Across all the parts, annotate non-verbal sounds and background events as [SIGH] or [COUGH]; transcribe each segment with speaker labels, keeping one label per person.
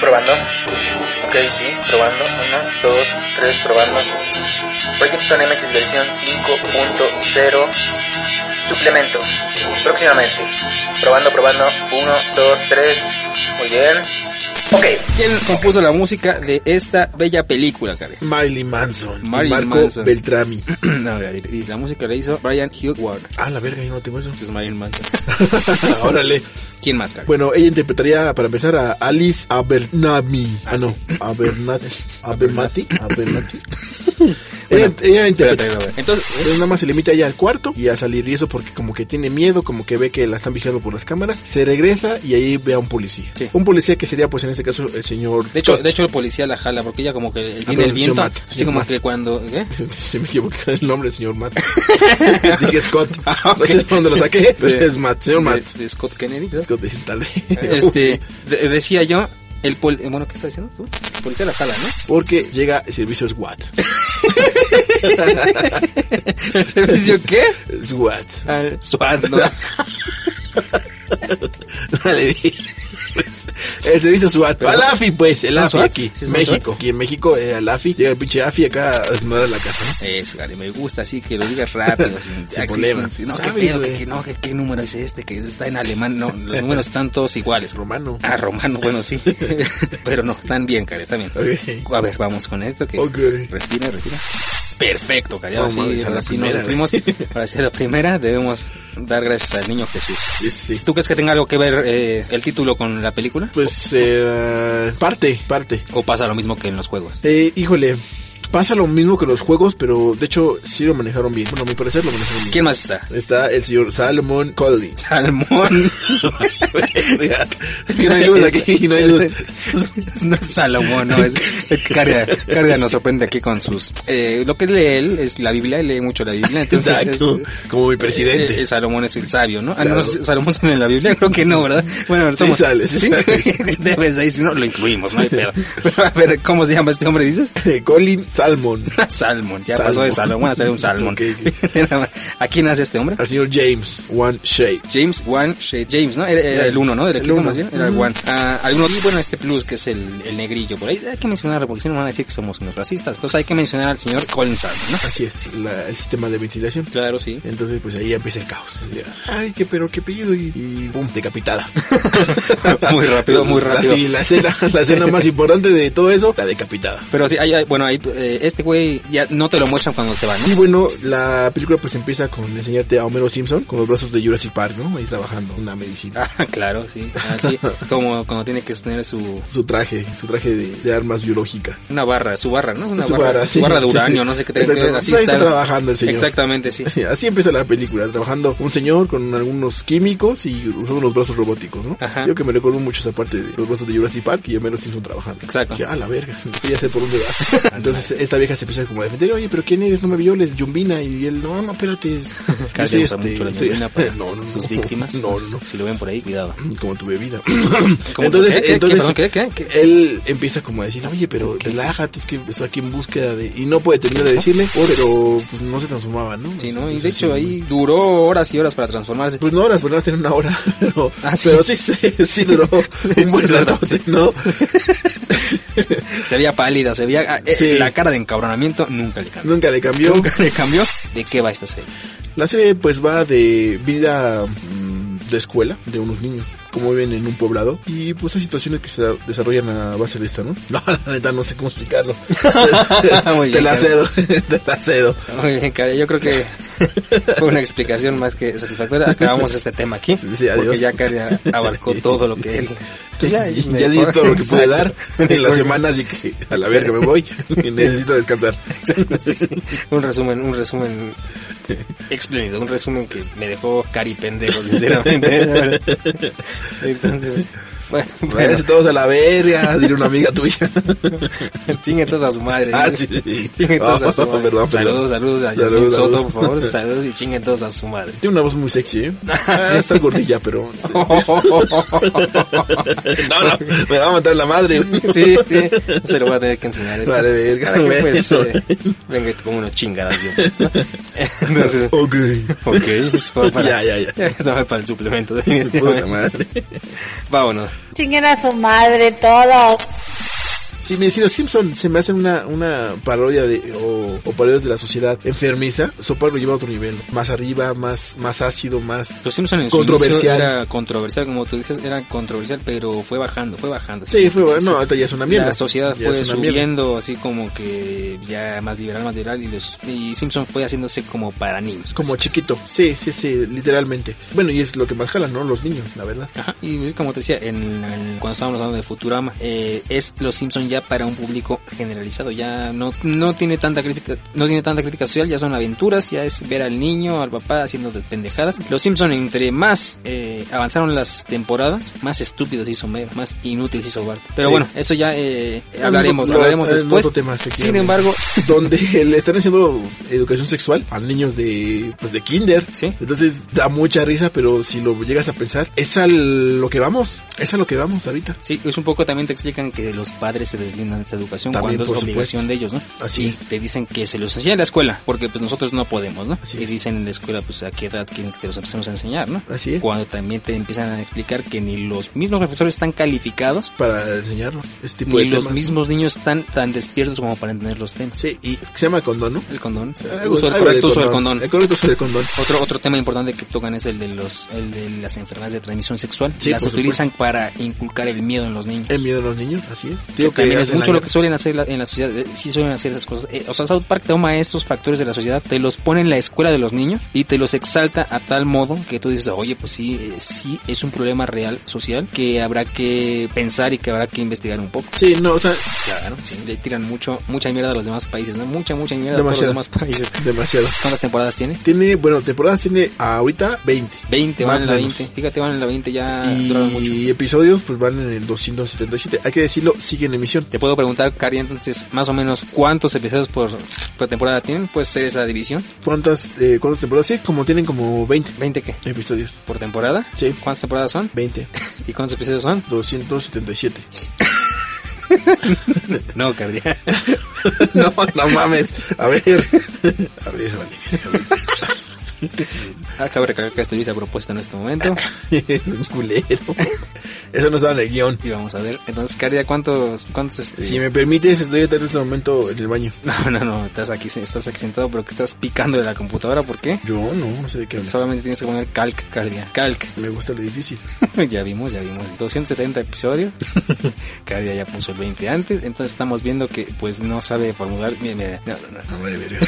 Speaker 1: Probando. Ok, sí, probando. Una, dos, tres, probando. Proyecto Nemesis versión 5.0. Suplemento. Próximamente. Probando, probando. Uno, dos, tres. Muy bien. Ok.
Speaker 2: ¿Quién compuso la música de esta bella película, Karen? [CLEARS THROAT]
Speaker 3: Marilyn Manson. y
Speaker 2: Marilyn
Speaker 3: Marco
Speaker 2: Manson.
Speaker 3: Beltrami.
Speaker 2: A ver, y la música la hizo Brian Hugh Ward.
Speaker 3: Ah, la verga, yo no tengo eso.
Speaker 2: Entonces, Marilyn Manson.
Speaker 3: [LAUGHS] Órale. Pues,
Speaker 2: ¿Quién más, Karen?
Speaker 3: Bueno, ella interpretaría, para empezar, a Alice Abernami. Ah, no. [LAUGHS] Abernati. Abernati. [LAUGHS] Abernati. Ella, ella
Speaker 2: Espérate,
Speaker 3: interpreta.
Speaker 2: a ver. Entonces,
Speaker 3: Entonces nada más se limita ya al cuarto y a salir y eso porque como que tiene miedo, como que ve que la están vigilando por las cámaras, se regresa y ahí ve a un policía.
Speaker 2: Sí.
Speaker 3: Un policía que sería pues en este caso el señor...
Speaker 2: de hecho,
Speaker 3: Scott. [LAUGHS] Ah,
Speaker 2: de hecho el policía la jala porque ella como que tiene el
Speaker 3: pero
Speaker 2: viento,
Speaker 3: se mata,
Speaker 2: así
Speaker 3: se
Speaker 2: como
Speaker 3: mata.
Speaker 2: que cuando, ¿eh? ¿qué?
Speaker 3: Se me equivoqué [LAUGHS] el nombre, señor Matt. Dije Scott. No sé Ah, [LAUGHS] de dónde lo saqué, pero es Matt, señor Matt.
Speaker 2: De, de Scott Kennedy, ¿verdad?
Speaker 3: Scott, tal vez.
Speaker 2: [LAUGHS] Este, de- decía yo, el pol, eh, bueno, ¿qué está diciendo tú? El policía la jala,
Speaker 3: [LAUGHS]
Speaker 2: ¿no?
Speaker 3: Porque llega el servicio SWAT.
Speaker 2: ¿El servicio qué?
Speaker 3: SWAT. [LAUGHS]
Speaker 2: Al SWAT, [LAUGHS] ¿no?
Speaker 3: Dale, di. pues, el servicio SWAT.
Speaker 2: Pero-
Speaker 3: al AFI, pues, el
Speaker 2: ¿Son
Speaker 3: AFI
Speaker 2: SWAT?
Speaker 3: aquí,
Speaker 2: ¿Sí son
Speaker 3: México.
Speaker 2: SWAT?
Speaker 3: Aquí en México, eh, el AFI, llega el pinche AFI acá a desmadrar la casa. ¿no?
Speaker 2: Eso, Gary, me gusta así que lo digas rápido, sin,
Speaker 3: [LAUGHS] Sin
Speaker 2: axis,
Speaker 3: problemas.
Speaker 2: sin- no, qué
Speaker 3: Sabes,
Speaker 2: pedo, que,
Speaker 3: güey.
Speaker 2: que no, que qué número es este, que está en alemán, no, los números están todos iguales.
Speaker 3: Romano.
Speaker 2: Ah, romano, bueno,
Speaker 3: [LAUGHS]
Speaker 2: sí. [LAUGHS] Pero no, están bien, Cari, están bien.
Speaker 3: Ok.
Speaker 2: A ver, vamos con esto que
Speaker 3: Ok.
Speaker 2: respira, respira. Perfecto, Cari, ahora
Speaker 3: No, mames,
Speaker 2: sí,
Speaker 3: a la
Speaker 2: ahora sí nos
Speaker 3: primera,
Speaker 2: supimos.
Speaker 3: [LAUGHS]
Speaker 2: Ahora sí, a la primera debemos dar gracias al niño Jesús.
Speaker 3: Sí, sí. sí.
Speaker 2: ¿Tú crees que tenga algo que ver eh, el título con la película?
Speaker 3: Pues, eh, parte, parte.
Speaker 2: ¿O pasa lo mismo que en los juegos?
Speaker 3: Eh, híjole, pasa lo mismo que los juegos, pero de hecho sí lo manejaron bien. Bueno, a mi parecer lo manejaron bien.
Speaker 2: ¿Quién más está?
Speaker 3: Está el señor Salomon
Speaker 2: [LAUGHS]
Speaker 3: Collins. [LAUGHS]
Speaker 2: Salmón.
Speaker 3: es que no hay luz aquí, no hay luz.
Speaker 2: [LAUGHS] No es Salomón, no es. Cardia, Cardia nos sorprende aquí con sus. Eh, lo que lee él es la Biblia, él lee mucho la Biblia. Entonces
Speaker 3: Exacto,
Speaker 2: es-
Speaker 3: como mi
Speaker 2: Eh,
Speaker 3: presidente.
Speaker 2: eh, Salomón es el sabio, ¿no? Ah, no,
Speaker 3: Claro.
Speaker 2: Salomón sale en la Biblia, creo que no, ¿verdad? Bueno, somos.
Speaker 3: sale,
Speaker 2: [LAUGHS]
Speaker 3: sí sale.
Speaker 2: Debes ahí, si no, lo incluimos, no hay
Speaker 3: [LAUGHS]
Speaker 2: pedo. Pero a ver, ¿cómo se llama este hombre, dices?
Speaker 3: Eh, Colin Salmon.
Speaker 2: Salmón, ya pasó
Speaker 3: [LAUGHS] Salmón.
Speaker 2: de Salomón a ser un Salmón.
Speaker 3: Ok, [LAUGHS] ok.
Speaker 2: Nada [LAUGHS] más. ¿A quién nace este hombre?
Speaker 3: Al señor James One Shake.
Speaker 2: James One Shade James, ¿no? Era, era el uno, ¿no? Era el
Speaker 3: El
Speaker 2: equipo
Speaker 3: uno.
Speaker 2: más bien, era el One. Ah, hay uno, y bueno, este plus que es el, el negrillo por ahí. Hay que mencionar porque si no nos van a decir que somos unos racistas. Entonces hay que mencionar al señor Colin
Speaker 3: [LAUGHS]
Speaker 2: Salmon, ¿no?
Speaker 3: Así es, la- el sistema de ventilación.
Speaker 2: Claro, sí.
Speaker 3: Entonces, pues ahí ya empieza el caos. Así, Ay, qué pero qué pillo y, y pum, decapitada.
Speaker 2: [LAUGHS] Muy rápido, muy rápido.
Speaker 3: Así, la escena, la escena más importante de todo eso, la decapitada.
Speaker 2: Pero sí, hay, hay- bueno, hay, eh, este güey ya no te lo muestran cuando se va, ¿no?
Speaker 3: [LAUGHS] Y bueno, la película pues empieza con enseñarte a Homero Simpson con los brazos de Jurassic Park, ¿no? Ahí trabajando una medicina.
Speaker 2: Ah, claro, sí. Ah, sí. Como cuando tiene que tener su
Speaker 3: Su traje, su traje de, de armas biológicas.
Speaker 2: una barra, su barra, ¿no? Una
Speaker 3: Su
Speaker 2: barra,
Speaker 3: barra,
Speaker 2: su
Speaker 3: sí,
Speaker 2: barra de
Speaker 3: sí.
Speaker 2: uranio, no sé qué tenga que ver,
Speaker 3: Exacto. Ahí está trabajando el señor.
Speaker 2: Exactamente, sí.
Speaker 3: [LAUGHS] Así empieza la película, trabajando un señor con algunos químicos y usando unos brazos robóticos, ¿no?
Speaker 2: Ajá.
Speaker 3: Yo que me recuerdo mucho esa parte de los brazos de Jurassic Park y Homero Simpson trabajando.
Speaker 2: Exacto.
Speaker 3: Dije, ah, la verga, [LAUGHS] ya sé por
Speaker 2: [LAUGHS]
Speaker 3: dónde va. [LAUGHS] Entonces esta vieja se empieza como a defender, oye, pero ¿quién eres? No me violes, Yumbina. Y él, no,
Speaker 2: [LAUGHS]
Speaker 3: no, espérate. Yo
Speaker 2: Cardia
Speaker 3: soy
Speaker 2: usa
Speaker 3: este,
Speaker 2: mucho la
Speaker 3: soy-
Speaker 2: heroína para
Speaker 3: [LAUGHS] No, no, no.
Speaker 2: sus víctimas.
Speaker 3: No,
Speaker 2: Entonces,
Speaker 3: no, no.
Speaker 2: Si lo ven por ahí, cuidado.
Speaker 3: Como tu bebida.
Speaker 2: ¿Cómo?
Speaker 3: [LAUGHS]
Speaker 2: ¿Qué? ¿Qué? ¿Qué? Perdón, ¿qué? ¿Qué? ¿Qué?
Speaker 3: él empieza como a decir, oye, pero relájate, es que estoy aquí en búsqueda de... Y no puede terminar de decirle, pero pues, no se transformaba, ¿no?
Speaker 2: Sí, ¿no? Y de
Speaker 3: Entonces,
Speaker 2: hecho
Speaker 3: sí.
Speaker 2: ahí duró horas y horas para transformarse.
Speaker 3: Pues no horas, pero no tener una hora, [LAUGHS] pero,
Speaker 2: Ah, sí.
Speaker 3: pero sí, sí, sí
Speaker 2: [LAUGHS]
Speaker 3: duró un buen rato, sí, ¿no? [LAUGHS]
Speaker 2: Se veía pálida, se veía... ah, eh,
Speaker 3: Sí.
Speaker 2: La cara de encabronamiento nunca le cambió.
Speaker 3: Nunca le cambió.
Speaker 2: Nunca le cambió. ¿De qué va esta [LAUGHS] serie?
Speaker 3: La serie pues va de vida mm, de escuela de unos niños, como viven en un poblado, y pues hay situaciones que se da- desarrollan a base de esta, ¿no? [LAUGHS] No, la neta no sé cómo explicarlo.
Speaker 2: [LAUGHS] Muy
Speaker 3: te
Speaker 2: bien,
Speaker 3: la
Speaker 2: Carlos.
Speaker 3: cedo, [LAUGHS] te la cedo.
Speaker 2: [LAUGHS] Muy bien, cara. Yo creo que Fue una explicación más que satisfactoria. Acabamos este tema aquí.
Speaker 3: Sí, adiós.
Speaker 2: porque ya Cardia [LAUGHS] abarcó todo lo que él. Pues
Speaker 3: ya
Speaker 2: me
Speaker 3: [LAUGHS] ya
Speaker 2: [LAUGHS]
Speaker 3: di
Speaker 2: dejó-
Speaker 3: todo lo que pude
Speaker 2: Exacto.
Speaker 3: dar
Speaker 2: [LAUGHS]
Speaker 3: en la semana, así que a la verga me voy. [LAUGHS] y Necesito descansar.
Speaker 2: [LAUGHS] Sí. Un resumen, un [LAUGHS] resumen explícito, un resumen que me dejó cari pendejo, [LAUGHS] sinceramente. Entonces, bueno, bueno,
Speaker 3: Váyanse todos a la verga, diré una amiga tuya.
Speaker 2: [LAUGHS] chinguen todos a su madre.
Speaker 3: Ah, sí, sí.
Speaker 2: Chinguen todos a su
Speaker 3: Oh,
Speaker 2: madre.
Speaker 3: perdón, perdón.
Speaker 2: saludos, saludos a
Speaker 3: Saludos,
Speaker 2: Yasmín Soto,
Speaker 3: saludos.
Speaker 2: por favor, saludos y chinguen todos a su
Speaker 3: [LAUGHS]
Speaker 2: madre.
Speaker 3: Tiene una voz muy sexy, [LAUGHS] ¿eh? Ah, está gordilla, [LAUGHS] pero... No, no, Ah, me va a matar la madre. güey.
Speaker 2: [LAUGHS] Sí, sí, se lo voy a tener que enseñar. esto.
Speaker 3: Vale, verga.
Speaker 2: Para que, pues, eh, venga, y te pongo unos chingadas. yo, pues,
Speaker 3: [LAUGHS]
Speaker 2: ¿no? Entonces,
Speaker 3: Ok.
Speaker 2: ok, esto
Speaker 3: [LAUGHS]
Speaker 2: va para,
Speaker 3: Ya, ya,
Speaker 2: [LAUGHS]
Speaker 3: ya.
Speaker 2: esto va para el suplemento.
Speaker 3: Puta madre.
Speaker 2: Vámonos.
Speaker 4: Chinguen a su madre todos.
Speaker 3: Si me si los Simpson se me hacen una, una parodia de, o, o parodias de la sociedad enfermiza, Sopar lo lleva a otro nivel. Más arriba, más, más ácido, más...
Speaker 2: Los Simpsons en su
Speaker 3: Controversial.
Speaker 2: inicio era controversial, como tú dices, era controversial, pero fue bajando, fue bajando.
Speaker 3: Sí, fue bueno,
Speaker 2: Entonces,
Speaker 3: no, ahorita ya es una mierda.
Speaker 2: La sociedad
Speaker 3: Ya
Speaker 2: fue
Speaker 3: es una mierda.
Speaker 2: subiendo así como que ya más liberal, más liberal, y, los, y Simpson fue haciéndose como para niños.
Speaker 3: Como
Speaker 2: Así.
Speaker 3: chiquito. Sí, sí, sí, literalmente. Bueno, y es lo que más jalan, ¿no? Los niños, la verdad.
Speaker 2: Ajá, y es como te decía, en, en- cuando estábamos hablando de Futurama, eh, es Los Simpson ya para un público generalizado, ya no, no tiene tanta crítica, no tiene tanta crítica social, ya son aventuras, ya es ver al niño, al papá haciendo de- pendejadas. Los Simpson entre más eh, avanzaron las temporadas, más estúpidos hizo Mero, más inútiles hizo Bart. Pero
Speaker 3: Sí.
Speaker 2: bueno, eso ya eh, hablaremos,
Speaker 3: Lo-
Speaker 2: hablaremos
Speaker 3: en
Speaker 2: después.
Speaker 3: otro tema,
Speaker 2: Sin
Speaker 3: efectivamente.
Speaker 2: embargo,
Speaker 3: [LAUGHS] donde le están haciendo educación sexual a niños de pues de kinder.
Speaker 2: Sí.
Speaker 3: Entonces da mucha risa, pero si lo llegas a pensar, es a lo que vamos, es a lo que vamos ahorita.
Speaker 2: Sí, es un poco también te explican que los padres se deslindan de esa educación
Speaker 3: También,
Speaker 2: cuando es
Speaker 3: por
Speaker 2: obligación de ellos, ¿no?
Speaker 3: Así
Speaker 2: y
Speaker 3: es.
Speaker 2: te dicen que se los enseña en la escuela, porque pues nosotros no podemos, ¿no?
Speaker 3: Así
Speaker 2: y
Speaker 3: es.
Speaker 2: dicen en la escuela, pues a qué edad quieren que te los empecemos a enseñar, ¿no?
Speaker 3: Así es.
Speaker 2: Cuando también te empiezan a explicar que ni los mismos profesores están calificados,
Speaker 3: Para enseñarnos este tipo
Speaker 2: ni
Speaker 3: de
Speaker 2: los
Speaker 3: temas.
Speaker 2: mismos niños están tan despiertos como para entender los temas.
Speaker 3: Sí, y se llama condón, ¿no?
Speaker 2: El condón, el
Speaker 3: Algo-
Speaker 2: uso, el
Speaker 3: Eh, algo de
Speaker 2: correcto uso del condón.
Speaker 3: El correcto uso del condón.
Speaker 2: Otro, otro tema importante que tocan es el de los el de las enfermedades de transmisión sexual.
Speaker 3: Sí,
Speaker 2: las
Speaker 3: por
Speaker 2: utilizan para inculcar el miedo en los niños.
Speaker 3: El miedo a los niños, así es.
Speaker 2: que también es
Speaker 3: hacen
Speaker 2: mucho
Speaker 3: la-
Speaker 2: lo que suelen hacer la- en la sociedad, eh, sí suelen hacer esas cosas. Eh, o sea, South Park toma esos factores de la sociedad, te los pone en la escuela de los niños y te los exalta a tal modo que tú dices, oye, pues sí, eh, sí es un problema real social que habrá que pensar y que habrá que investigar un poco.
Speaker 3: Sí, no, o sea,
Speaker 2: Claro, sí, le tiran mucho, mucha mierda a los demás países, ¿no? Mucha, mucha mierda a
Speaker 3: Demasiado.
Speaker 2: todos los demás países.
Speaker 3: demasiado.
Speaker 2: ¿Cuántas temporadas tiene?
Speaker 3: Tiene, bueno, temporadas tiene ahorita 20.
Speaker 2: 20,
Speaker 3: Más
Speaker 2: van en la
Speaker 3: o menos.
Speaker 2: 20. Fíjate, van en la 20, ya Ah, duraron mucho.
Speaker 3: Y episodios pues van en el 277. Hay que decirlo, sigue en emisión.
Speaker 2: Te puedo preguntar, Cari, entonces, más o menos, ¿cuántos episodios por, por temporada tienen? Puede ser esa división.
Speaker 3: ¿Cuántas, eh, ¿Cuántas temporadas? Sí, como tienen como 20
Speaker 2: ¿20 qué?
Speaker 3: episodios.
Speaker 2: por temporada.
Speaker 3: Sí.
Speaker 2: ¿Cuántas temporadas son?
Speaker 3: [LAUGHS] 20.
Speaker 2: ¿Y cuántos episodios son?
Speaker 3: 277.
Speaker 2: No, [LAUGHS] Cardia.
Speaker 3: no, no mames. A
Speaker 2: [LAUGHS]
Speaker 3: ver. A ver, vale.
Speaker 2: Acabo de Ah, recalcar que estoy esa propuesta en este momento.
Speaker 3: Es [LAUGHS] un culero. Eso no estaba en el guión.
Speaker 2: Y vamos a ver. Entonces, Cardia, ¿cuántos? cuántos este?
Speaker 3: Si me permites, estoy ahorita en este momento en el baño.
Speaker 2: [LAUGHS] No, no, no. Estás aquí, estás aquí sentado, pero que estás picando de la computadora. ¿Por qué?
Speaker 3: Yo no, no sé de qué hablas.
Speaker 2: Solamente tienes que poner calc, Cardia. Calc. [LAUGHS]
Speaker 3: Me gusta lo difícil.
Speaker 2: ya vimos, ya vimos. 270 episodios. Cardia ya puso el 20 antes. Entonces, estamos viendo que, pues, no sabe formular. Mira, mira, no, no, no.
Speaker 3: No, vale, [LAUGHS] verga.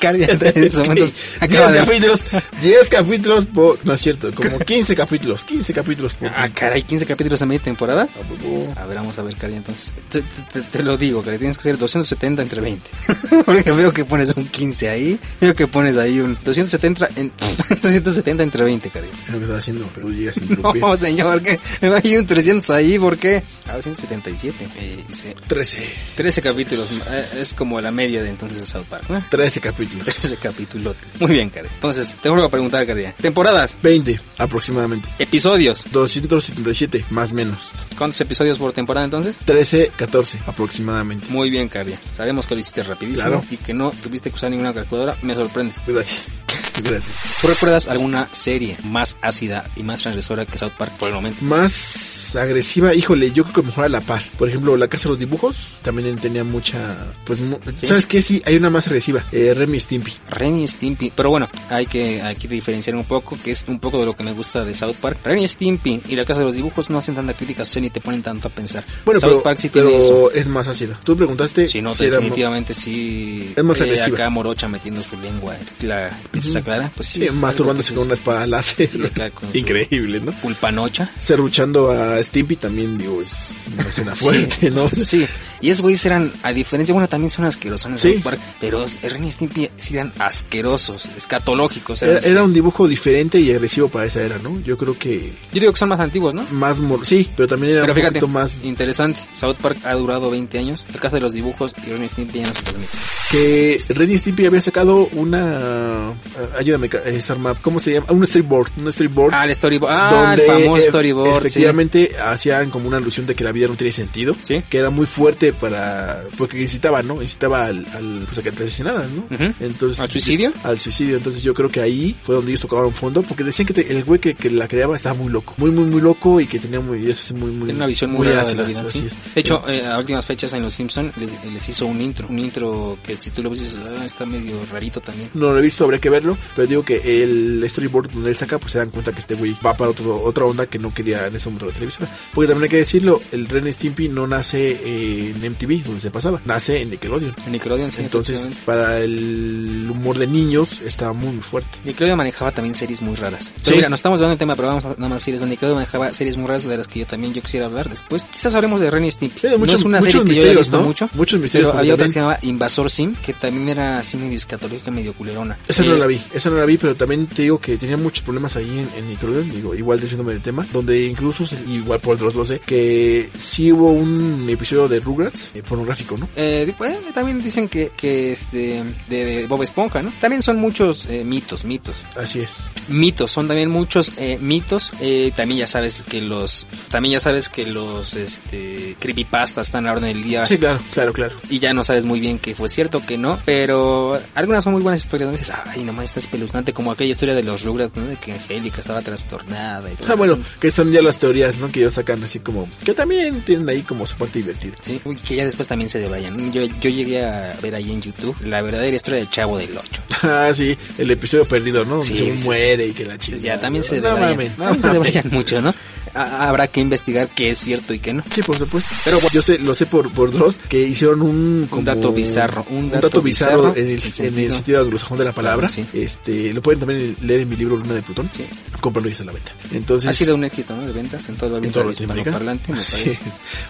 Speaker 2: Cardia, en estos
Speaker 3: [LAUGHS]
Speaker 2: momentos, acaba
Speaker 3: 10
Speaker 2: de...
Speaker 3: capítulos. 10 capítulos por... No es cierto,
Speaker 2: [LAUGHS]
Speaker 3: como 15 capítulos. 15 capítulos por...
Speaker 2: Ah, caray, 15 capítulos a media temporada.
Speaker 3: A huevo.
Speaker 2: A ver, vamos a ver, Cari, entonces. Te, te- te lo digo, Cari, tienes que ser 270 entre 20. [LAUGHS] Porque veo que pones un 15 ahí, veo que pones ahí un 270, en, [LAUGHS] 270 entre 20, Cari.
Speaker 3: Es lo que estaba haciendo, pero llegas sin interrumpir.
Speaker 2: [LAUGHS] No, señor, que me hay un 300 ahí, ¿por qué?
Speaker 3: Ah,
Speaker 2: A 277. Eh, dice,
Speaker 3: 13.
Speaker 2: 13 capítulos, eh, es como la media de entonces de South Park, ¿no? [LAUGHS]
Speaker 3: 13 capítulos. [LAUGHS]
Speaker 2: 13 capítulos. Muy bien, Cari. Entonces, te vuelvo a preguntar, Cari. Temporadas,
Speaker 3: 20 aproximadamente.
Speaker 2: episodios.
Speaker 3: 277 más menos.
Speaker 2: ¿Cuántos episodios por temporada entonces?
Speaker 3: 13, 14 aproximadamente.
Speaker 2: Muy bien, Cardia. Sabemos que lo hiciste rapidísimo
Speaker 3: Claro.
Speaker 2: y que no tuviste que usar ninguna calculadora. Me sorprendes. [LAUGHS]
Speaker 3: Gracias. Gracias.
Speaker 2: ¿Tú recuerdas alguna serie más ácida y más transgresora que South Park por el momento?
Speaker 3: Más agresiva, híjole, yo creo que mejor a la par. Por ejemplo, La Casa de los Dibujos también tenía mucha. Pues, mu-
Speaker 2: Sí.
Speaker 3: ¿sabes qué? Sí, hay una más agresiva, eh, Remy Stimpy.
Speaker 2: Ren y Stimpy, pero bueno, hay que aquí diferenciar un poco, que es un poco de lo que me gusta de South Park. Ren y Stimpy y la casa de los dibujos no hacen tanta crítica social ni te ponen tanto a pensar.
Speaker 3: Bueno,
Speaker 2: South
Speaker 3: pero,
Speaker 2: Park sí
Speaker 3: pero
Speaker 2: tiene eso.
Speaker 3: es más ácida. Tú preguntaste
Speaker 2: Sí, no,
Speaker 3: si era-
Speaker 2: definitivamente sí.
Speaker 3: Es más
Speaker 2: eh,
Speaker 3: agresiva.
Speaker 2: acá morocha metiendo su lengua. eh, La princesa Clara, pues sí.
Speaker 3: sí,
Speaker 2: es algo
Speaker 3: masturbándose
Speaker 2: que
Speaker 3: con
Speaker 2: sí
Speaker 3: una espada láser.
Speaker 2: Sí,
Speaker 3: [LAUGHS]
Speaker 2: acá con su-
Speaker 3: Increíble, ¿no?
Speaker 2: es Pulpanocha.
Speaker 3: Serruchando a Stimpy también, digo, es
Speaker 2: [LAUGHS]
Speaker 3: una escena fuerte, ¿no?
Speaker 2: Sí, y esos güeyes eran, a diferencia, bueno, también son asquerosos en
Speaker 3: Sí.
Speaker 2: South Park, pero Ren y Stimpy sí eran asquerosos, escatológicos. eran
Speaker 3: Era, era un
Speaker 2: asquerosos.
Speaker 3: dibujo diferente y agresivo para esa era, ¿no? Yo creo que
Speaker 2: Yo digo que son más antiguos, ¿no?
Speaker 3: más mor- sí, pero también era
Speaker 2: Pero
Speaker 3: un
Speaker 2: fíjate,
Speaker 3: poquito más
Speaker 2: interesante, South Park ha durado 20 años, la casa de los dibujos y Ren y Stimpy ya no se transmite.
Speaker 3: que Ren y Stimpy había sacado una ah, ayúdame ca- eh, Sarma, ¿cómo se llama? Un storyboard, un storyboard.
Speaker 2: Ah, el storyboard, ah, el famoso
Speaker 3: eh,
Speaker 2: storyboard, sí.
Speaker 3: efectivamente hacían como una alusión de que la vida no tiene sentido,
Speaker 2: Sí.
Speaker 3: que era muy fuerte para porque incitaba, ¿no? Incitaba al, al pues a que te asesinaran, ¿no?
Speaker 2: Ujú.
Speaker 3: Entonces
Speaker 2: ¿Al suicidio?
Speaker 3: al suicidio, entonces yo creo que ahí fue donde ellos tocaron fondo porque decían que te- el güey que, que la creaba estaba muy loco, muy muy muy loco y que tenía muy ideas así pues, muy muy
Speaker 2: Tiene una visión muy rara de la
Speaker 3: ácidas,
Speaker 2: vida.
Speaker 3: así
Speaker 2: sí.
Speaker 3: es.
Speaker 2: De hecho, eh, a últimas fechas en Los Simpsons les, les hizo un intro. Un intro que si tú lo ves dices, ah, está medio rarito también.
Speaker 3: No lo he visto, habría que verlo. Pero digo que el storyboard donde él saca, pues se dan cuenta que este güey va para otro- otra onda que no quería en ese momento la televisora. Porque también hay que decirlo, el Ren Stimpy no nace eh, en MTV, donde se pasaba. Nace en Nickelodeon.
Speaker 2: En Nickelodeon, sí,
Speaker 3: Entonces,
Speaker 2: efectivamente.
Speaker 3: para el humor de niños, está muy muy fuerte.
Speaker 2: Nickelodeon manejaba también series muy raras. Entonces,
Speaker 3: Sí.
Speaker 2: mira, nos estamos dando el tema, pero vamos a nada más decirles. Nickelodeon manejaba series muy raras de las que yo también yo quisiera hablar después. Quizás hablemos de Ren y Stimpy.
Speaker 3: Tiene muchos-
Speaker 2: no es una
Speaker 3: muchos
Speaker 2: serie que yo haya
Speaker 3: misterios,
Speaker 2: visto
Speaker 3: ¿no?
Speaker 2: mucho.
Speaker 3: Muchos misterios,
Speaker 2: Pero
Speaker 3: porque
Speaker 2: había otra que
Speaker 3: también-
Speaker 2: se llamaba Invasor Sim, que también era así medio escatológica, medio culerona.
Speaker 3: Esa
Speaker 2: Eh,
Speaker 3: no la vi, esa no la vi, pero también te digo que tenía muchos problemas ahí en, en Nickelodeon, digo, igual desviándome del tema, donde incluso, se- igual por otros lo sé, que sí hubo un episodio de Rugrats eh, pornográfico, ¿no?
Speaker 2: Eh, di- bueno, también dicen que, que este, de, de Bob Esponja, ¿no? También son muchos eh, mitos, mitos.
Speaker 3: Así es.
Speaker 2: mitos son también muchos eh, mitos eh, también ya sabes que los también ya sabes que los este creepypastas están a la orden del día
Speaker 3: Sí, claro, claro, claro.
Speaker 2: y ya no sabes muy bien que fue cierto que no pero algunas son muy buenas historias donde dices ay nomás está espeluznante como aquella historia de los Rugrats ¿no? de que Angélica estaba trastornada y todo
Speaker 3: Ah, bueno,
Speaker 2: eso.
Speaker 3: que son ya las teorías, ¿no? Que ellos sacan así como... Que también tienen ahí como su parte divertida. [LAUGHS]
Speaker 2: Sí, uy, que ya después también se debrayan. Yo, yo llegué a ver ahí en YouTube la verdadera historia del Chavo del Ocho.
Speaker 3: Ah, sí, el episodio perdido, ¿no? Donde
Speaker 2: Sí,
Speaker 3: según
Speaker 2: dices-
Speaker 3: muere y que la
Speaker 2: Pues
Speaker 3: chingada.
Speaker 2: ya también se
Speaker 3: No
Speaker 2: debrayan.
Speaker 3: mames, no
Speaker 2: También se
Speaker 3: [LAUGHS] mames.
Speaker 2: debrayan mucho, ¿no? A- habrá que investigar qué es cierto y qué no.
Speaker 3: Sí, por supuesto. Pero bueno, yo sé, lo sé por, por dos, que hicieron un... como-
Speaker 2: dato bizarro, un dato bizarro
Speaker 3: en, el,
Speaker 2: en
Speaker 3: en
Speaker 2: sentido-
Speaker 3: el sentido anglosajón de la palabra.
Speaker 2: Claro,
Speaker 3: Este, lo pueden también leer en mi libro Luna de Plutón.
Speaker 2: Sí.
Speaker 3: Cómpralo y está a la venta. Entonces...
Speaker 2: Ha
Speaker 3: [LAUGHS]
Speaker 2: sido un éxito, ¿no? De ventas en todo el
Speaker 3: en todo
Speaker 2: mundo
Speaker 3: Latinoamérica.
Speaker 2: hispanoparlante,
Speaker 3: [LAUGHS]
Speaker 2: me
Speaker 3: Así
Speaker 2: parece.
Speaker 3: es.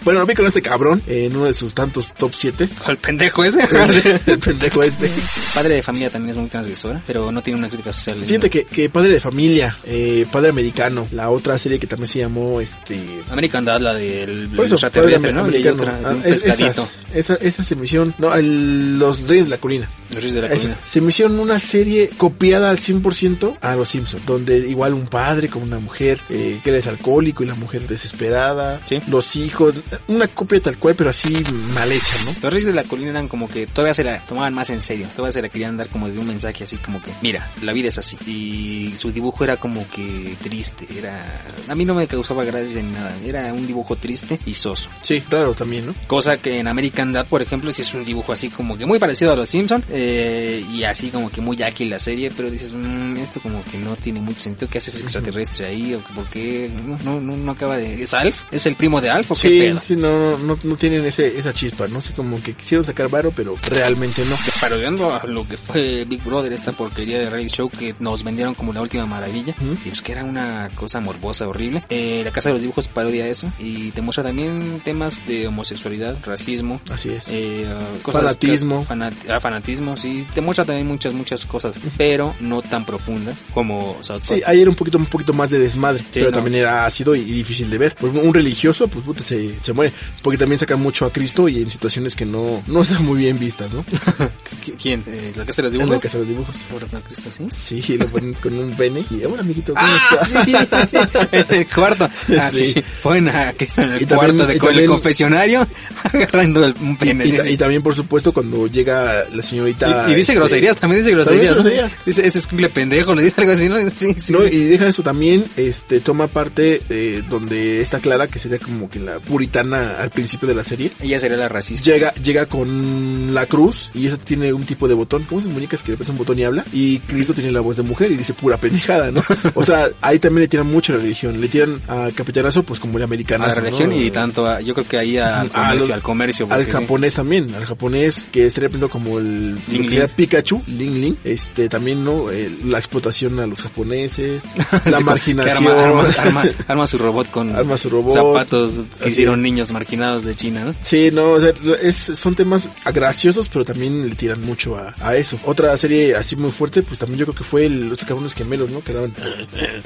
Speaker 3: Bueno, vi con este cabrón en uno de sus tantos top
Speaker 2: [LAUGHS]
Speaker 3: 7.
Speaker 2: ¿Al pendejo ese?
Speaker 3: [LAUGHS] el pendejo este.
Speaker 2: Padre de familia también es muy transgresora, pero no tiene una crítica social.
Speaker 3: Fíjate que, que Padre de Familia, eh, Padre Americano, la otra serie que también se llamó este...
Speaker 2: American Dad, la del
Speaker 3: Por eso,
Speaker 2: extraterrestre,
Speaker 3: Padre
Speaker 2: ¿no? Y
Speaker 3: Americano.
Speaker 2: otra, de un
Speaker 3: Ah, es-
Speaker 2: pescadito.
Speaker 3: esas, esa, esa se me hicieron, no, el- los Reyes de la Colina.
Speaker 2: Los Ríos de la
Speaker 3: Esa.
Speaker 2: Colina.
Speaker 3: se me hicieron una serie copiada al 100% a Los Simpsons, donde igual un padre con una mujer eh, que él es alcohólico y la mujer desesperada,
Speaker 2: Sí.
Speaker 3: los hijos, una copia tal cual, pero así mal hecha, ¿no?
Speaker 2: Los Reyes de la Colina eran como que todavía se la tomaban más en serio, todavía se la querían dar como de un mensaje así como que, mira, la vida es así. Y su dibujo era como que triste, era... A mí no me causaba gracia ni nada, era un dibujo triste y soso.
Speaker 3: Sí, raro también, ¿no?
Speaker 2: Cosa que en American Dad, por ejemplo, sí es un dibujo así como que muy parecido a los Simpsons eh, y así como que muy ágil la serie, pero dices, "Mm, esto como que no tiene mucho sentido. ¿Qué haces extraterrestre ahí? ¿O que por qué? No, no, no, no acaba de... ¿Es Alf? ¿Es el primo de Alf o qué
Speaker 3: Sí,
Speaker 2: pedo?
Speaker 3: sí, no, no, no tienen ese, esa chispa, no sé, como que quisieron sacar varo, pero realmente no.
Speaker 2: Que Parodiando a lo que fue Big Brother, esta porquería de reality show que nos vendieron como la última maravilla,
Speaker 3: Ujú.
Speaker 2: y pues que era una cosa morbosa, horrible. Eh, la Casa de los Dibujos parodia eso y te muestra también temas de homosexualidad, racismo,
Speaker 3: Así es.
Speaker 2: eh, cosas
Speaker 3: Fanatismo.
Speaker 2: que- fanat- ah, fanatismo, sí. Te muestra también muchas, muchas cosas, pero no tan profundas como South
Speaker 3: Sí,
Speaker 2: Park.
Speaker 3: ahí era un poquito, un poquito más de desmadre, pero
Speaker 2: Pues, no.
Speaker 3: también era ácido y, y difícil de ver. Por ejemplo, un religioso, pues
Speaker 2: [LAUGHS]
Speaker 3: puta, se, se muere, porque también sacan mucho a Cristo y en situaciones que no, no están muy bien vistas, ¿no?
Speaker 2: ¿Qui- ¿Quién? Eh, ¿La casa de los
Speaker 3: Es la
Speaker 2: dibujos?
Speaker 3: que hace los dibujos.
Speaker 2: Por Jesucristo, ¿sí?
Speaker 3: Sí, [LAUGHS] lo ponen con un pene y, bueno, amiguito, ¿cómo
Speaker 2: Ah,
Speaker 3: estás? [LAUGHS]
Speaker 2: sí, en el [LAUGHS] cuarto. Ah, sí,
Speaker 3: Sí.
Speaker 2: sí. Ponen a Cristo en el
Speaker 3: Y también-
Speaker 2: cuarto de
Speaker 3: y
Speaker 2: con
Speaker 3: también-
Speaker 2: el confesionario [LAUGHS] agarrando el, un pene.
Speaker 3: Y,
Speaker 2: sí,
Speaker 3: ta-
Speaker 2: sí.
Speaker 3: y también, por supuesto, cuando llega la señorita.
Speaker 2: Y- y dice
Speaker 3: este,
Speaker 2: groserías, también dice
Speaker 3: también
Speaker 2: groserías.
Speaker 3: dice
Speaker 2: ¿no?
Speaker 3: groserías.
Speaker 2: Dice, ese es un pendejo, le dice algo así, ¿no? [LAUGHS] Sí, sí.
Speaker 3: No, y deja eso también, este, toma parte eh, donde está Clara, que sería como que la puritana al principio de la serie.
Speaker 2: Ella sería la racista.
Speaker 3: Llega, llega con la cruz y esa tiene un tipo de botón. ¿Cómo esas muñecas que le pesa un botón y habla? Y Cristo tiene la voz de mujer y dice pura pendejada, ¿no? [LAUGHS] O sea, ahí también le tiran mucho a la religión. Le tiran a Capitanazo, pues como el americano.
Speaker 2: a la religión y tanto, a- yo creo que ahí al
Speaker 3: Ujú, a
Speaker 2: comercio,
Speaker 3: lo-
Speaker 2: al comercio.
Speaker 3: Al
Speaker 2: porque sí.
Speaker 3: japonés también, al japonés que estaría pintado como el lo que
Speaker 2: Ling
Speaker 3: sería
Speaker 2: Ling.
Speaker 3: Pikachu, Ling Ling, este también no, El- la explotación a los
Speaker 2: [LAUGHS]
Speaker 3: japoneses, la
Speaker 2: Así como que
Speaker 3: marginación,
Speaker 2: Arma, arma, arma, arma su robot con
Speaker 3: Arma su robot.
Speaker 2: zapatos que
Speaker 3: Así
Speaker 2: hicieron
Speaker 3: es.
Speaker 2: niños marginados de China, ¿no?
Speaker 3: Sí, no, o sea, es, son temas graciosos, pero también le tiran mucho a, a eso. Otra serie así muy fuerte, pues también yo creo que fue el, los cabrones gemelos, ¿no?
Speaker 2: [COUGHS]
Speaker 3: Que eran,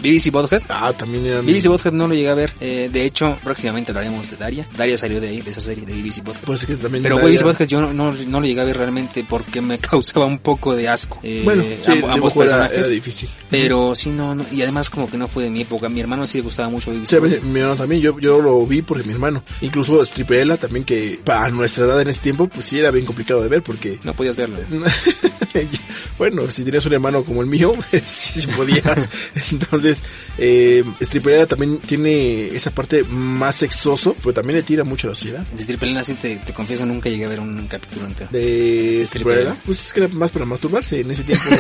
Speaker 2: BBC Bothead.
Speaker 3: ah, también eran,
Speaker 2: BBC Bothead no lo llegué a ver. Eh, de hecho, próximamente hablaremos de Daria. Daria salió de ahí, de esa serie de BBC Bothead.
Speaker 3: pues que también
Speaker 2: Pero
Speaker 3: daría-
Speaker 2: BBC Bothead yo no, no, no lo llegué a ver realmente porque me [LAUGHS] causaba un poco de asco. Eh,
Speaker 3: bueno, sí,
Speaker 2: amb-
Speaker 3: el
Speaker 2: ambos
Speaker 3: dibujo era-
Speaker 2: personajes.
Speaker 3: era difícil.
Speaker 2: pero sí, no, no, y además como que no fue de mi época. A mi hermano sí le gustaba mucho BBC
Speaker 3: Sí, a
Speaker 2: Bothead.
Speaker 3: ver, mi hermano también, yo, yo lo vi porque mi hermano. Incluso Stripella también, que para nuestra edad en ese tiempo, pues sí era bien complicado de ver porque...
Speaker 2: No podías verlo.
Speaker 3: [LAUGHS] bueno, si tenías un hermano como el mío, [LAUGHS] sí, sí
Speaker 2: [LAUGHS]
Speaker 3: podías. Entonces, eh, Stripella también tiene esa parte más sexoso, pero también le tira mucho a la sociedad.
Speaker 2: En Stripelena sí te, te confieso, nunca llegué a ver un capítulo entero.
Speaker 3: De Stripella,
Speaker 2: Stripella.
Speaker 3: pues es que era más para masturbarse en ese tiempo. [LAUGHS]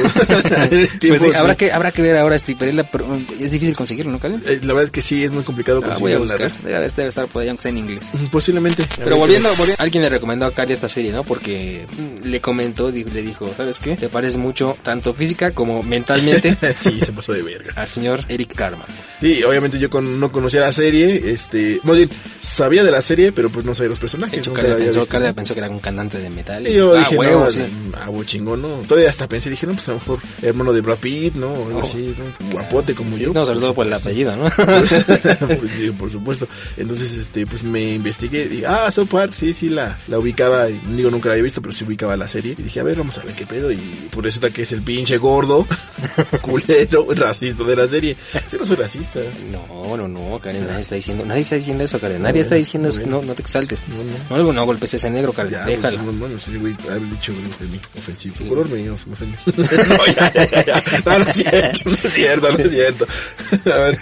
Speaker 3: En ese
Speaker 2: [LAUGHS]
Speaker 3: tiempo,
Speaker 2: Pues sí, habrá
Speaker 3: sí.
Speaker 2: que, habrá que ver ahora Stripelena, pero um, es difícil conseguirlo, ¿no, Karen?
Speaker 3: Eh, La verdad es que sí, es muy complicado
Speaker 2: Ah, voy a
Speaker 3: conseguirlo en la
Speaker 2: buscar. Debe, debe estar por ahí, aunque sea en inglés.
Speaker 3: red. Mm, Posiblemente.
Speaker 2: Pero volviendo, volviendo, alguien le recomendó a Cari esta serie, ¿no? Porque mm, le comentó, di- le dijo, ¿sabes qué? Te pareces mucho, tanto física como
Speaker 3: [LAUGHS]
Speaker 2: mentalmente,
Speaker 3: [LAUGHS] Sí, se pasó de verga.
Speaker 2: al señor Eric Carman.
Speaker 3: Sí, obviamente yo con- no conocía la serie, este, más bien, sabía de la serie, pero pues no sabía los
Speaker 2: De
Speaker 3: personajes.
Speaker 2: hecho,
Speaker 3: nunca la
Speaker 2: Carla
Speaker 3: había
Speaker 2: pensó,
Speaker 3: visto.
Speaker 2: Carla pensó que era un cantante de metal.
Speaker 3: Y yo
Speaker 2: ah,
Speaker 3: dije,
Speaker 2: huevo,
Speaker 3: no,
Speaker 2: sí.
Speaker 3: ah, huevo chingón, no. Todavía hasta pensé, dije, no, pues a lo mejor hermano de Brad Pitt, ¿no? O algo
Speaker 2: Oh.
Speaker 3: así, ¿no? guapote como
Speaker 2: Sí,
Speaker 3: yo. [LAUGHS]
Speaker 2: no, sobre todo por el apellido, ¿no? [LAUGHS]
Speaker 3: Pues, digo, por supuesto. Entonces, este, pues me investigué. Dije, ah, South Park, sí, sí, la, la ubicaba. y Digo, nunca la había visto, pero sí ubicaba la serie. Y dije, a ver, vamos a ver qué pedo. Y por eso que es el pinche gordo, [LAUGHS] culero, racista de la serie. Yo no soy racista.
Speaker 2: No, no, no, Karen, nadie está diciendo, nadie está diciendo eso, Karen, nadie está
Speaker 3: bien,
Speaker 2: diciendo
Speaker 3: está
Speaker 2: eso,
Speaker 3: bien.
Speaker 2: no, no te exaltes.
Speaker 3: No,
Speaker 2: No,
Speaker 3: no.
Speaker 2: no, no golpes ese negro, Karen,
Speaker 3: Ya,
Speaker 2: déjalo.
Speaker 3: No, no, no sé, güey, ha dicho güey, de mí, ofensivo. Por color me, of- me ofende. [LAUGHS] no, ya, ya, ya, ya. [LAUGHS] No, no es cierto, no es cierto, no es cierto. [LAUGHS] A ver,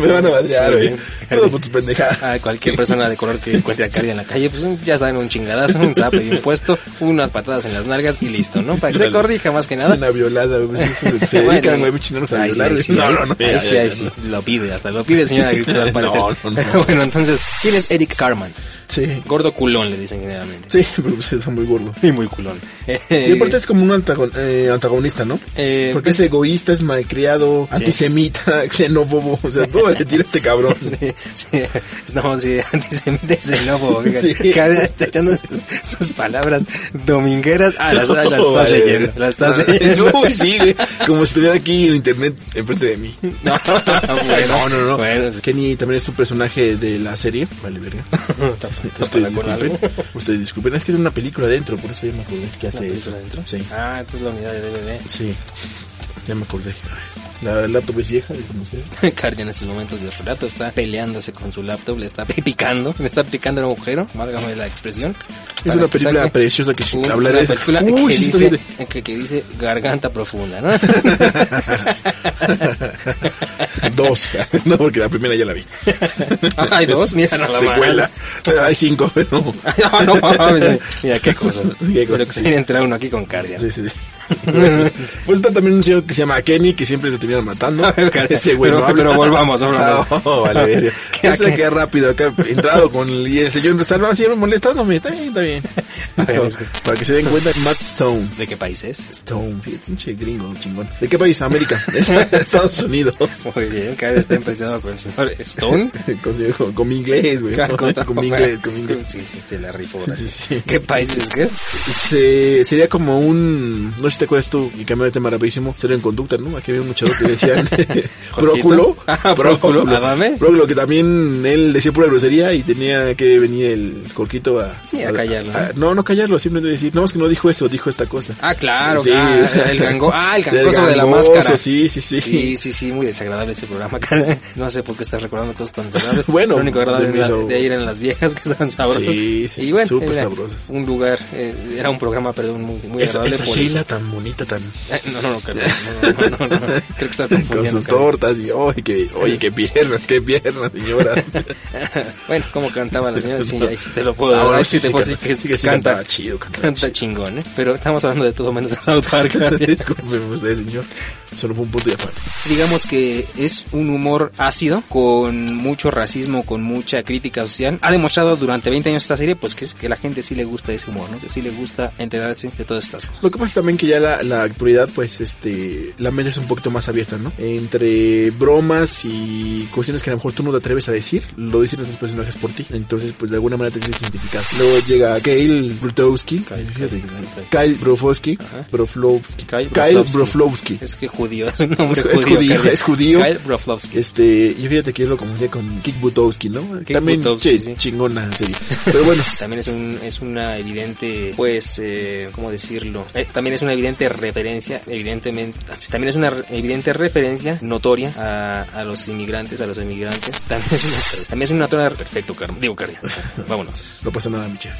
Speaker 3: me van a madrear, güey. Todo por tus pendejadas.
Speaker 2: A Ah, cualquier persona de color que encuentre a Cardi en la calle, pues un- ya saben, un chingadazo, un zape bien puesto, unas patadas en las nalgas y listo, ¿no? Para que se corrija más que nada.
Speaker 3: Una violada, güey.
Speaker 2: [LAUGHS]
Speaker 3: pues, eso Se
Speaker 2: Bueno,
Speaker 3: dedican, güey, muchos chinos a
Speaker 2: ahí sí,
Speaker 3: violar.
Speaker 2: ahí
Speaker 3: güey.
Speaker 2: sí,
Speaker 3: No, no, no.
Speaker 2: Ahí
Speaker 3: ya,
Speaker 2: sí,
Speaker 3: ya,
Speaker 2: ahí
Speaker 3: ya,
Speaker 2: sí.
Speaker 3: no.
Speaker 2: Lo pide, hasta lo pide, señora Grito, al parecer.
Speaker 3: [LAUGHS] No, no, no.
Speaker 2: [LAUGHS] bueno, entonces, ¿quién es Eric Carman?
Speaker 3: Sí,
Speaker 2: Gordo culón, le dicen generalmente.
Speaker 3: sí, pero pues está muy gordo.
Speaker 2: Y muy culón.
Speaker 3: Y aparte es como un antagon- eh, antagonista, ¿no?
Speaker 2: Eh,
Speaker 3: Porque
Speaker 2: pues-
Speaker 3: es egoísta, es malcriado, antisemita, [LAUGHS] xenófobo, o sea, todo le tira a este cabrón.
Speaker 2: [LAUGHS] Sí, [LAUGHS] sí, no, sí, [LAUGHS] antisemita y xenófobo. oiga.
Speaker 3: Sí.
Speaker 2: Cada- está echando sus, sus palabras domingueras. Ah, las, las
Speaker 3: [LAUGHS]
Speaker 2: estás
Speaker 3: Vale.
Speaker 2: leyendo. Las estás
Speaker 3: Ah,
Speaker 2: leyendo.
Speaker 3: [LAUGHS] Uy, sí, güey. Como si estuviera aquí en internet enfrente
Speaker 2: [LAUGHS]
Speaker 3: de mí.
Speaker 2: No,
Speaker 3: [LAUGHS] no, no, no.
Speaker 2: Ah, Bueno, sí.
Speaker 3: Kenny también es un personaje de la serie.
Speaker 2: [LAUGHS]
Speaker 3: Vale, verga. Ustedes
Speaker 2: con algo.
Speaker 3: disculpen. Ustedes disculpen. Es que es una película dentro, por eso ya me acordé que hace
Speaker 2: película
Speaker 3: eso.
Speaker 2: dentro?
Speaker 3: Sí,
Speaker 2: Ah, esto es la unidad de DVD.
Speaker 3: sí. Ya me acordé. La laptop es vieja, como usted.
Speaker 2: [LAUGHS] Cardi en estos momentos de relato está peleándose con su laptop, le está picando, le está picando el agujero, válgame la expresión.
Speaker 3: Es
Speaker 2: para
Speaker 3: una
Speaker 2: que
Speaker 3: película
Speaker 2: saque
Speaker 3: preciosa que si
Speaker 2: un-
Speaker 3: hablaré
Speaker 2: una
Speaker 3: de
Speaker 2: película
Speaker 3: Uy,
Speaker 2: que,
Speaker 3: sí, estoy
Speaker 2: dice,
Speaker 3: viendo.
Speaker 2: que, que dice garganta profunda,
Speaker 3: [LAUGHS]
Speaker 2: ¿no?
Speaker 3: [LAUGHS] Dos. [LAUGHS] No, porque la primera ya la vi.
Speaker 2: Hay dos, mira nada más.
Speaker 3: Secuela. Hay cinco, [LAUGHS] pero.
Speaker 2: [LAUGHS] no, no, mames, mira qué cosas.
Speaker 3: Qué cosas,
Speaker 2: Pero que
Speaker 3: [LAUGHS] sí.
Speaker 2: se viene a entrar uno aquí con Cardi. ¿no? [LAUGHS]
Speaker 3: Sí, sí, sí. [LAUGHS] pues está también un señor que se llama Kenny, que siempre lo
Speaker 2: [LAUGHS]
Speaker 3: terminan matando. Ese güey
Speaker 2: pero,
Speaker 3: [LAUGHS] no habla.
Speaker 2: pero volvamos, volvamos.
Speaker 3: Ah, oh,
Speaker 2: [LAUGHS]
Speaker 3: vale, verga.
Speaker 2: ¿Qué- a
Speaker 3: Ese
Speaker 2: qué?
Speaker 3: que rápido acá, entrado con el, y el señor "Ah, salva siempre molestándome. Está bien, está
Speaker 2: [LAUGHS]
Speaker 3: bien.
Speaker 2: ver, es que-
Speaker 3: [LAUGHS] Para que se den cuenta, Matt Stone.
Speaker 2: ¿De qué país es?
Speaker 3: Stone, fíjate, pinche gringo chingón. ¿De qué país? América. [LAUGHS] Estados Unidos. [LAUGHS]
Speaker 2: Muy bien, Cardi está impresionado con el señor Stone.
Speaker 3: Con, con- con mi inglés, güey.
Speaker 2: Con-
Speaker 3: [LAUGHS] Con mi inglés, con mi inglés.
Speaker 2: Sí, sí, se la rifó. ahora
Speaker 3: Sí,
Speaker 2: sí.
Speaker 3: sí.
Speaker 2: ¿Qué país es que es?
Speaker 3: Se- sería como un, no sé si te acuerdas tú, y cambió de tema rapidísimo, sería en conducta, ¿no? Aquí había un luchador que
Speaker 2: [LAUGHS]
Speaker 3: le [LAUGHS] decían Próculo,
Speaker 2: Ah, Próculo, Adames.
Speaker 3: Próculo, que también él decía pura grosería y tenía que venir el Jorquito a...
Speaker 2: Sí, a callarlo,
Speaker 3: a-
Speaker 2: ¿no?
Speaker 3: no, no, no callarlo, simplemente decir, no, es que no dijo eso, dijo esta cosa.
Speaker 2: Ah, claro,
Speaker 3: Sí.
Speaker 2: claro, el gango, ah,
Speaker 3: [LAUGHS]
Speaker 2: el
Speaker 3: Del
Speaker 2: gangoso de la
Speaker 3: gangoso,
Speaker 2: máscara.
Speaker 3: Sí, sí, sí.
Speaker 2: Sí, sí, sí, muy desagradable ese programa, cara. No sé por qué estás recordando cosas tan desagradables.
Speaker 3: Bueno,
Speaker 2: lo único agradable
Speaker 3: de
Speaker 2: era
Speaker 3: mis-
Speaker 2: de ir en las viejas que estaban sabrosas.
Speaker 3: Sí, sí,
Speaker 2: y
Speaker 3: sí,
Speaker 2: bueno,
Speaker 3: súper
Speaker 2: era
Speaker 3: sabrosas.
Speaker 2: un lugar, eh, era un programa, perdón, muy, muy
Speaker 3: Esa,
Speaker 2: agradable.
Speaker 3: esa
Speaker 2: por eso.
Speaker 3: Sheila tan bonita, tan
Speaker 2: Eh, No, no, no, creo, no, no, no, no, no, creo que estás
Speaker 3: con
Speaker 2: confundiendo.
Speaker 3: sus
Speaker 2: cara.
Speaker 3: tortas y oye qué, oye qué piernas, qué piernas, señora.
Speaker 2: [LAUGHS] bueno, como cantaba la señora,
Speaker 3: [LAUGHS]
Speaker 2: sí, ahí sí te lo puedo dar.
Speaker 3: Ahora
Speaker 2: ahí sí te puedo decir
Speaker 3: canta-
Speaker 2: que
Speaker 3: sí que sí
Speaker 2: canta,
Speaker 3: cantaba chido, cantaba [LAUGHS]
Speaker 2: canta chingón, ¿eh? Pero estamos hablando de todo menos de South Park. ¿verdad?
Speaker 3: Disculpen ustedes, señor. Solo fue un punto de aparte.
Speaker 2: [LAUGHS] digamos que es un humor ácido, con mucho racismo, con mucha crítica social. Ha demostrado durante 20 años esta serie, pues que, es, que la gente sí le gusta ese humor, ¿no? Que sí le gusta enterarse de todas estas
Speaker 3: Lo
Speaker 2: cosas.
Speaker 3: que pasa es también que ya la, la actualidad, pues, este, la mente es un poquito más abierta, ¿no? Entre bromas y cuestiones que a lo mejor tú no te atreves a decir, lo dicen otros personajes por ti. Entonces, pues, de alguna manera te sientes identificado. Luego llega Kyle Brutowski,
Speaker 2: Kyle, Kyle, Kyle, Kyle.
Speaker 3: Kyle Brofowski,
Speaker 2: Ajá.
Speaker 3: Broflowski,
Speaker 2: Kyle
Speaker 3: Kyle
Speaker 2: Broflovski.
Speaker 3: Broflowski.
Speaker 2: Es que judío, [LAUGHS] es un nombre
Speaker 3: Es- es judío,
Speaker 2: Kyle-
Speaker 3: es judío.
Speaker 2: Kyle Broflovski.
Speaker 3: Este, yo fíjate que yo lo confundía con Kick Butowski, ¿no?
Speaker 2: Kick
Speaker 3: también
Speaker 2: Buttowski,
Speaker 3: che,
Speaker 2: sí.
Speaker 3: chingona serie. Pero bueno,
Speaker 2: También es, un, es una evidente, pues, eh, ¿cómo decirlo? Eh, también es una evidente referencia, evidentemente, también es una re- evidente referencia notoria a, a los inmigrantes, a los emigrantes. También es una, también es una notoria, perfecto, Carmen, digo, Carmen, vámonos.
Speaker 3: no pasa nada, [LAUGHS] Michelle.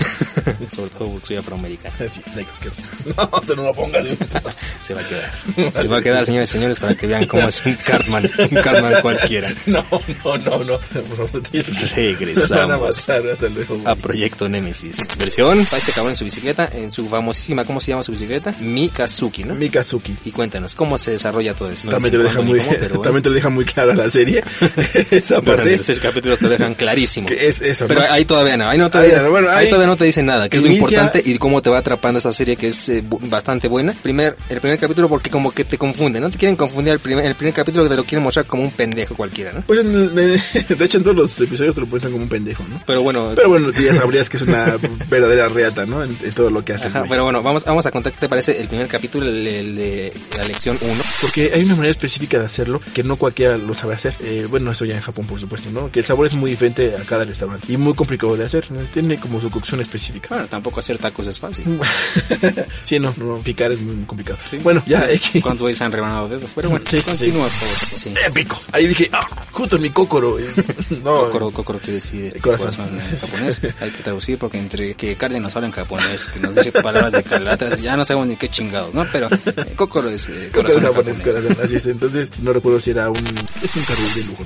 Speaker 2: Sobre todo soy afroamericano.
Speaker 3: Así, es, asqueroso. [LAUGHS] No, se no lo ponga, Dios.
Speaker 2: Se va a quedar. Se va a quedar, señores y señores, para que vean cómo es un Cartman, un Cartman cualquiera.
Speaker 3: [LAUGHS] No, no, no, no. Por favor, tío. Van a
Speaker 2: Regresamos
Speaker 3: pasar, hasta luego.
Speaker 2: a Proyecto Nemesis. Versión, va este cabrón en su bicicleta, en su famosísima, ¿cómo se llama su bicicleta? Mikazuki, ¿no?
Speaker 3: Mikazuki.
Speaker 2: Y cuéntanos, ¿cómo se desarrolla todo esto? No
Speaker 3: también, te
Speaker 2: les
Speaker 3: lo deja
Speaker 2: cuento
Speaker 3: muy,
Speaker 2: ni
Speaker 3: [LAUGHS]
Speaker 2: cómo, pero bueno.
Speaker 3: también te lo deja muy clara la [LAUGHS] serie. Esa
Speaker 2: Durante [LAUGHS]
Speaker 3: parte.
Speaker 2: los seis capítulos te lo dejan clarísimo.
Speaker 3: [LAUGHS] Que es eso,
Speaker 2: Pero
Speaker 3: ¿no?
Speaker 2: ahí todavía no, ahí, no todavía,
Speaker 3: Ahí no, bueno,
Speaker 2: ahí
Speaker 3: ahí-
Speaker 2: todavía no te dicen nada, que es lo
Speaker 3: Inicia-
Speaker 2: importante y cómo te va atrapando esta serie que es eh, bu- bastante buena. Primer, el primer capítulo porque como que te confunde, no te quieren confundir el primer, el primer capítulo que te lo quieren mostrar como un pendejo cualquiera, ¿no?
Speaker 3: Pues en- [LAUGHS] en- de hecho, en todos los episodios te lo muestran como un pendejo, ¿no?
Speaker 2: Pero bueno,
Speaker 3: Pero bueno, tú ya sabrías que es una [LAUGHS] verdadera reata, ¿no? En, en todo lo que hace.
Speaker 2: ajá, pero bueno, vamos, vamos a contar qué te parece el primer capítulo, el, el de la lección 1.
Speaker 3: Porque hay una manera específica de hacerlo que no cualquiera lo sabe hacer. Eh, bueno, eso ya en Japón, por supuesto, ¿no? Que el sabor es muy diferente a cada restaurante y muy complicado de hacer. ¿no? Tiene como su cocción específica.
Speaker 2: Bueno, Ah, tampoco hacer tacos es fácil.
Speaker 3: [LAUGHS] sí, no, no, picar es muy complicado.
Speaker 2: Sí.
Speaker 3: Bueno, ya, [LAUGHS] X.
Speaker 2: ¿Cuántos veces han rebanado dedos? Pero bueno,
Speaker 3: Sí, sí,
Speaker 2: continúa, por favor. Sí.
Speaker 3: épico. Ahí dije, ah, justo en
Speaker 2: [LAUGHS]
Speaker 3: mi cócoro. eh. No,
Speaker 2: Kokoro, kokoro quiere decir este,
Speaker 3: Corazón.
Speaker 2: corazón. en japonés. Hay que traducir porque entre que Carden nos habla en japonés, que nos dice palabras de calatas, ya no sabemos ni qué chingados, ¿no? Pero eh, kokoro es eh,
Speaker 3: creo que
Speaker 2: corazón
Speaker 3: era
Speaker 2: en
Speaker 3: japonés,
Speaker 2: japonés.
Speaker 3: corazón, Así es. Entonces, no recuerdo si era un. Es un carril de lujo.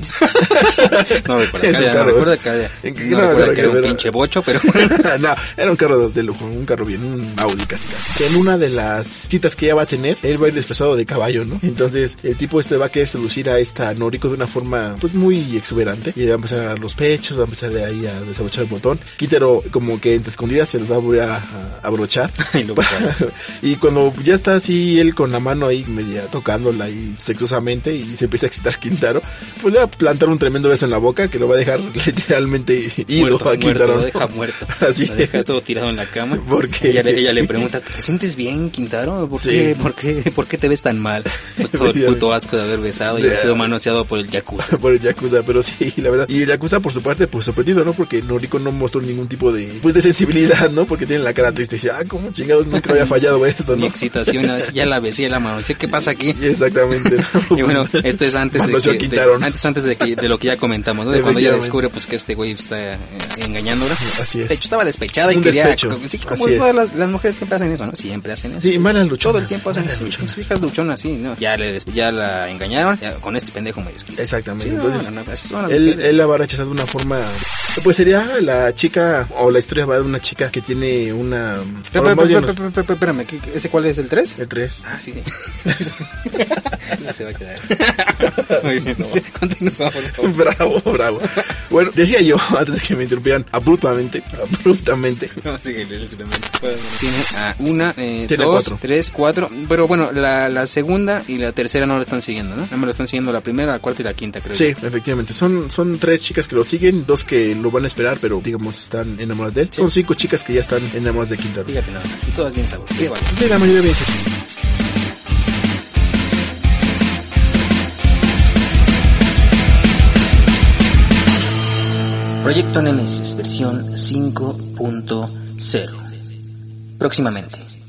Speaker 2: No recuerdo,
Speaker 3: Es
Speaker 2: Carden,
Speaker 3: un
Speaker 2: no
Speaker 3: carro.
Speaker 2: recuerdo que,
Speaker 3: En que-
Speaker 2: no
Speaker 3: no,
Speaker 2: recuerdo
Speaker 3: creo
Speaker 2: que era
Speaker 3: que
Speaker 2: un
Speaker 3: era-
Speaker 2: pinche bocho,
Speaker 3: [LAUGHS]
Speaker 2: pero
Speaker 3: ¿no? no, era un carro de lujo, un carro bien, un Audi casi casi. Que en una de las citas que ella va a tener, él va a ir disfrazado de caballo, ¿no? Entonces, el tipo este va a querer seducir a esta Noriko de una forma, pues, muy exuberante. Y le va a empezar a dar los pechos, va a empezar ahí a desabrochar el botón. Quítero, como que entre escondidas, se los va a volver a, a abrochar.
Speaker 2: Y luego se abraza.
Speaker 3: [LAUGHS] Y cuando ya está así él con la mano ahí media tocándola ahí sexosamente y se empieza a excitar Quintaro, pues le va a plantar un tremendo beso en la boca que lo va a dejar [LAUGHS] literalmente ido
Speaker 2: muerto,
Speaker 3: a
Speaker 2: muerto,
Speaker 3: Quintaro.
Speaker 2: lo deja muerto.
Speaker 3: [LAUGHS] Así
Speaker 2: Lo deja
Speaker 3: es.
Speaker 2: todo tirado en la cama.
Speaker 3: Porque-
Speaker 2: ella, le- ella le pregunta, ¿te sientes bien, Quintaro? ¿Por,
Speaker 3: Sí.
Speaker 2: qué, por, qué, ¿Por qué te ves tan mal? Pues todo el puto asco de haber besado y haber sido manoseado por el
Speaker 3: [LAUGHS]
Speaker 2: yakuza.
Speaker 3: [LAUGHS] por el Yakuza, pero sí, la verdad. Y el Yakuza, por su parte, pues sorprendido, ¿no? Porque Noriko no mostró ningún tipo de, pues, de sensibilidad, ¿no? Porque tiene la cara triste y dice, ah, cómo chingados nunca había fallado esto,
Speaker 2: Mi
Speaker 3: ¿no? [LAUGHS]
Speaker 2: excitación, así, ya la besé, ya la manoseé, ¿qué pasa aquí?
Speaker 3: Exactamente.
Speaker 2: [LAUGHS]
Speaker 3: ¿no?
Speaker 2: Y bueno, esto es antes de,
Speaker 3: Cuando yo
Speaker 2: que, de-
Speaker 3: quitaron.
Speaker 2: antes, antes de, que- de lo que ya comentamos, ¿no? De cuando ella
Speaker 3: Efectivamente.
Speaker 2: descubre pues que este güey está eh, engañándola.
Speaker 3: Así es.
Speaker 2: De hecho, estaba despechada y
Speaker 3: Un
Speaker 2: quería...
Speaker 3: despecho.
Speaker 2: co- Sí, como
Speaker 3: Así es.
Speaker 2: todas las, las mujeres siempre hacen eso, ¿no? Siempre hacen eso.
Speaker 3: Sí,
Speaker 2: Es-
Speaker 3: malas luchonas.
Speaker 2: Todo el tiempo hacen
Speaker 3: Malas
Speaker 2: eso.
Speaker 3: luchonas.
Speaker 2: Las viejas luchonas, sí, ¿no? Ya, le, des- ya la engañaron, ya con este pendejo me desquito.
Speaker 3: Exactamente.
Speaker 2: Sí, no,
Speaker 3: Entonces,
Speaker 2: no, no, así son las
Speaker 3: él,
Speaker 2: mujeres.
Speaker 3: él la va a rechazar de una forma. Pues sería la chica, o la historia va de una chica que tiene una.
Speaker 2: Pero, pero,
Speaker 3: bueno, más bien
Speaker 2: pero, pero, pero, pero, Espérame, ¿qué- qué- ¿ese cuál es el 3?
Speaker 3: los- el tres.
Speaker 2: Ah, sí. [LAUGHS] Se va a quedar. [LAUGHS] Muy bien. Continúa, por favor.
Speaker 3: [LAUGHS] Bravo, bravo. Bueno, decía yo, [LAUGHS] antes de que me interrumpieran abruptamente, abruptamente.
Speaker 2: [LAUGHS] No, síguele, el suplemento. Tiene a una, eh,
Speaker 3: Tiene
Speaker 2: dos,
Speaker 3: cuatro.
Speaker 2: tres, cuatro. Pero bueno, la, la segunda y la tercera no la están siguiendo, ¿no? No me lo están siguiendo la primera, la cuarta y la quinta, creo.
Speaker 3: Sí,
Speaker 2: yo.
Speaker 3: efectivamente. Son, son tres chicas que lo siguen, dos que lo van a esperar, pero digamos están enamoradas de él. Son cinco chicas que ya están enamoradas de Quintaro.
Speaker 2: Fíjate nada más. Y todas bien sabrosas. Qué bárbaro.
Speaker 3: Sí, la mayoría bien que sí.
Speaker 2: Proyecto Nemesis, versión 5.0. próximamente.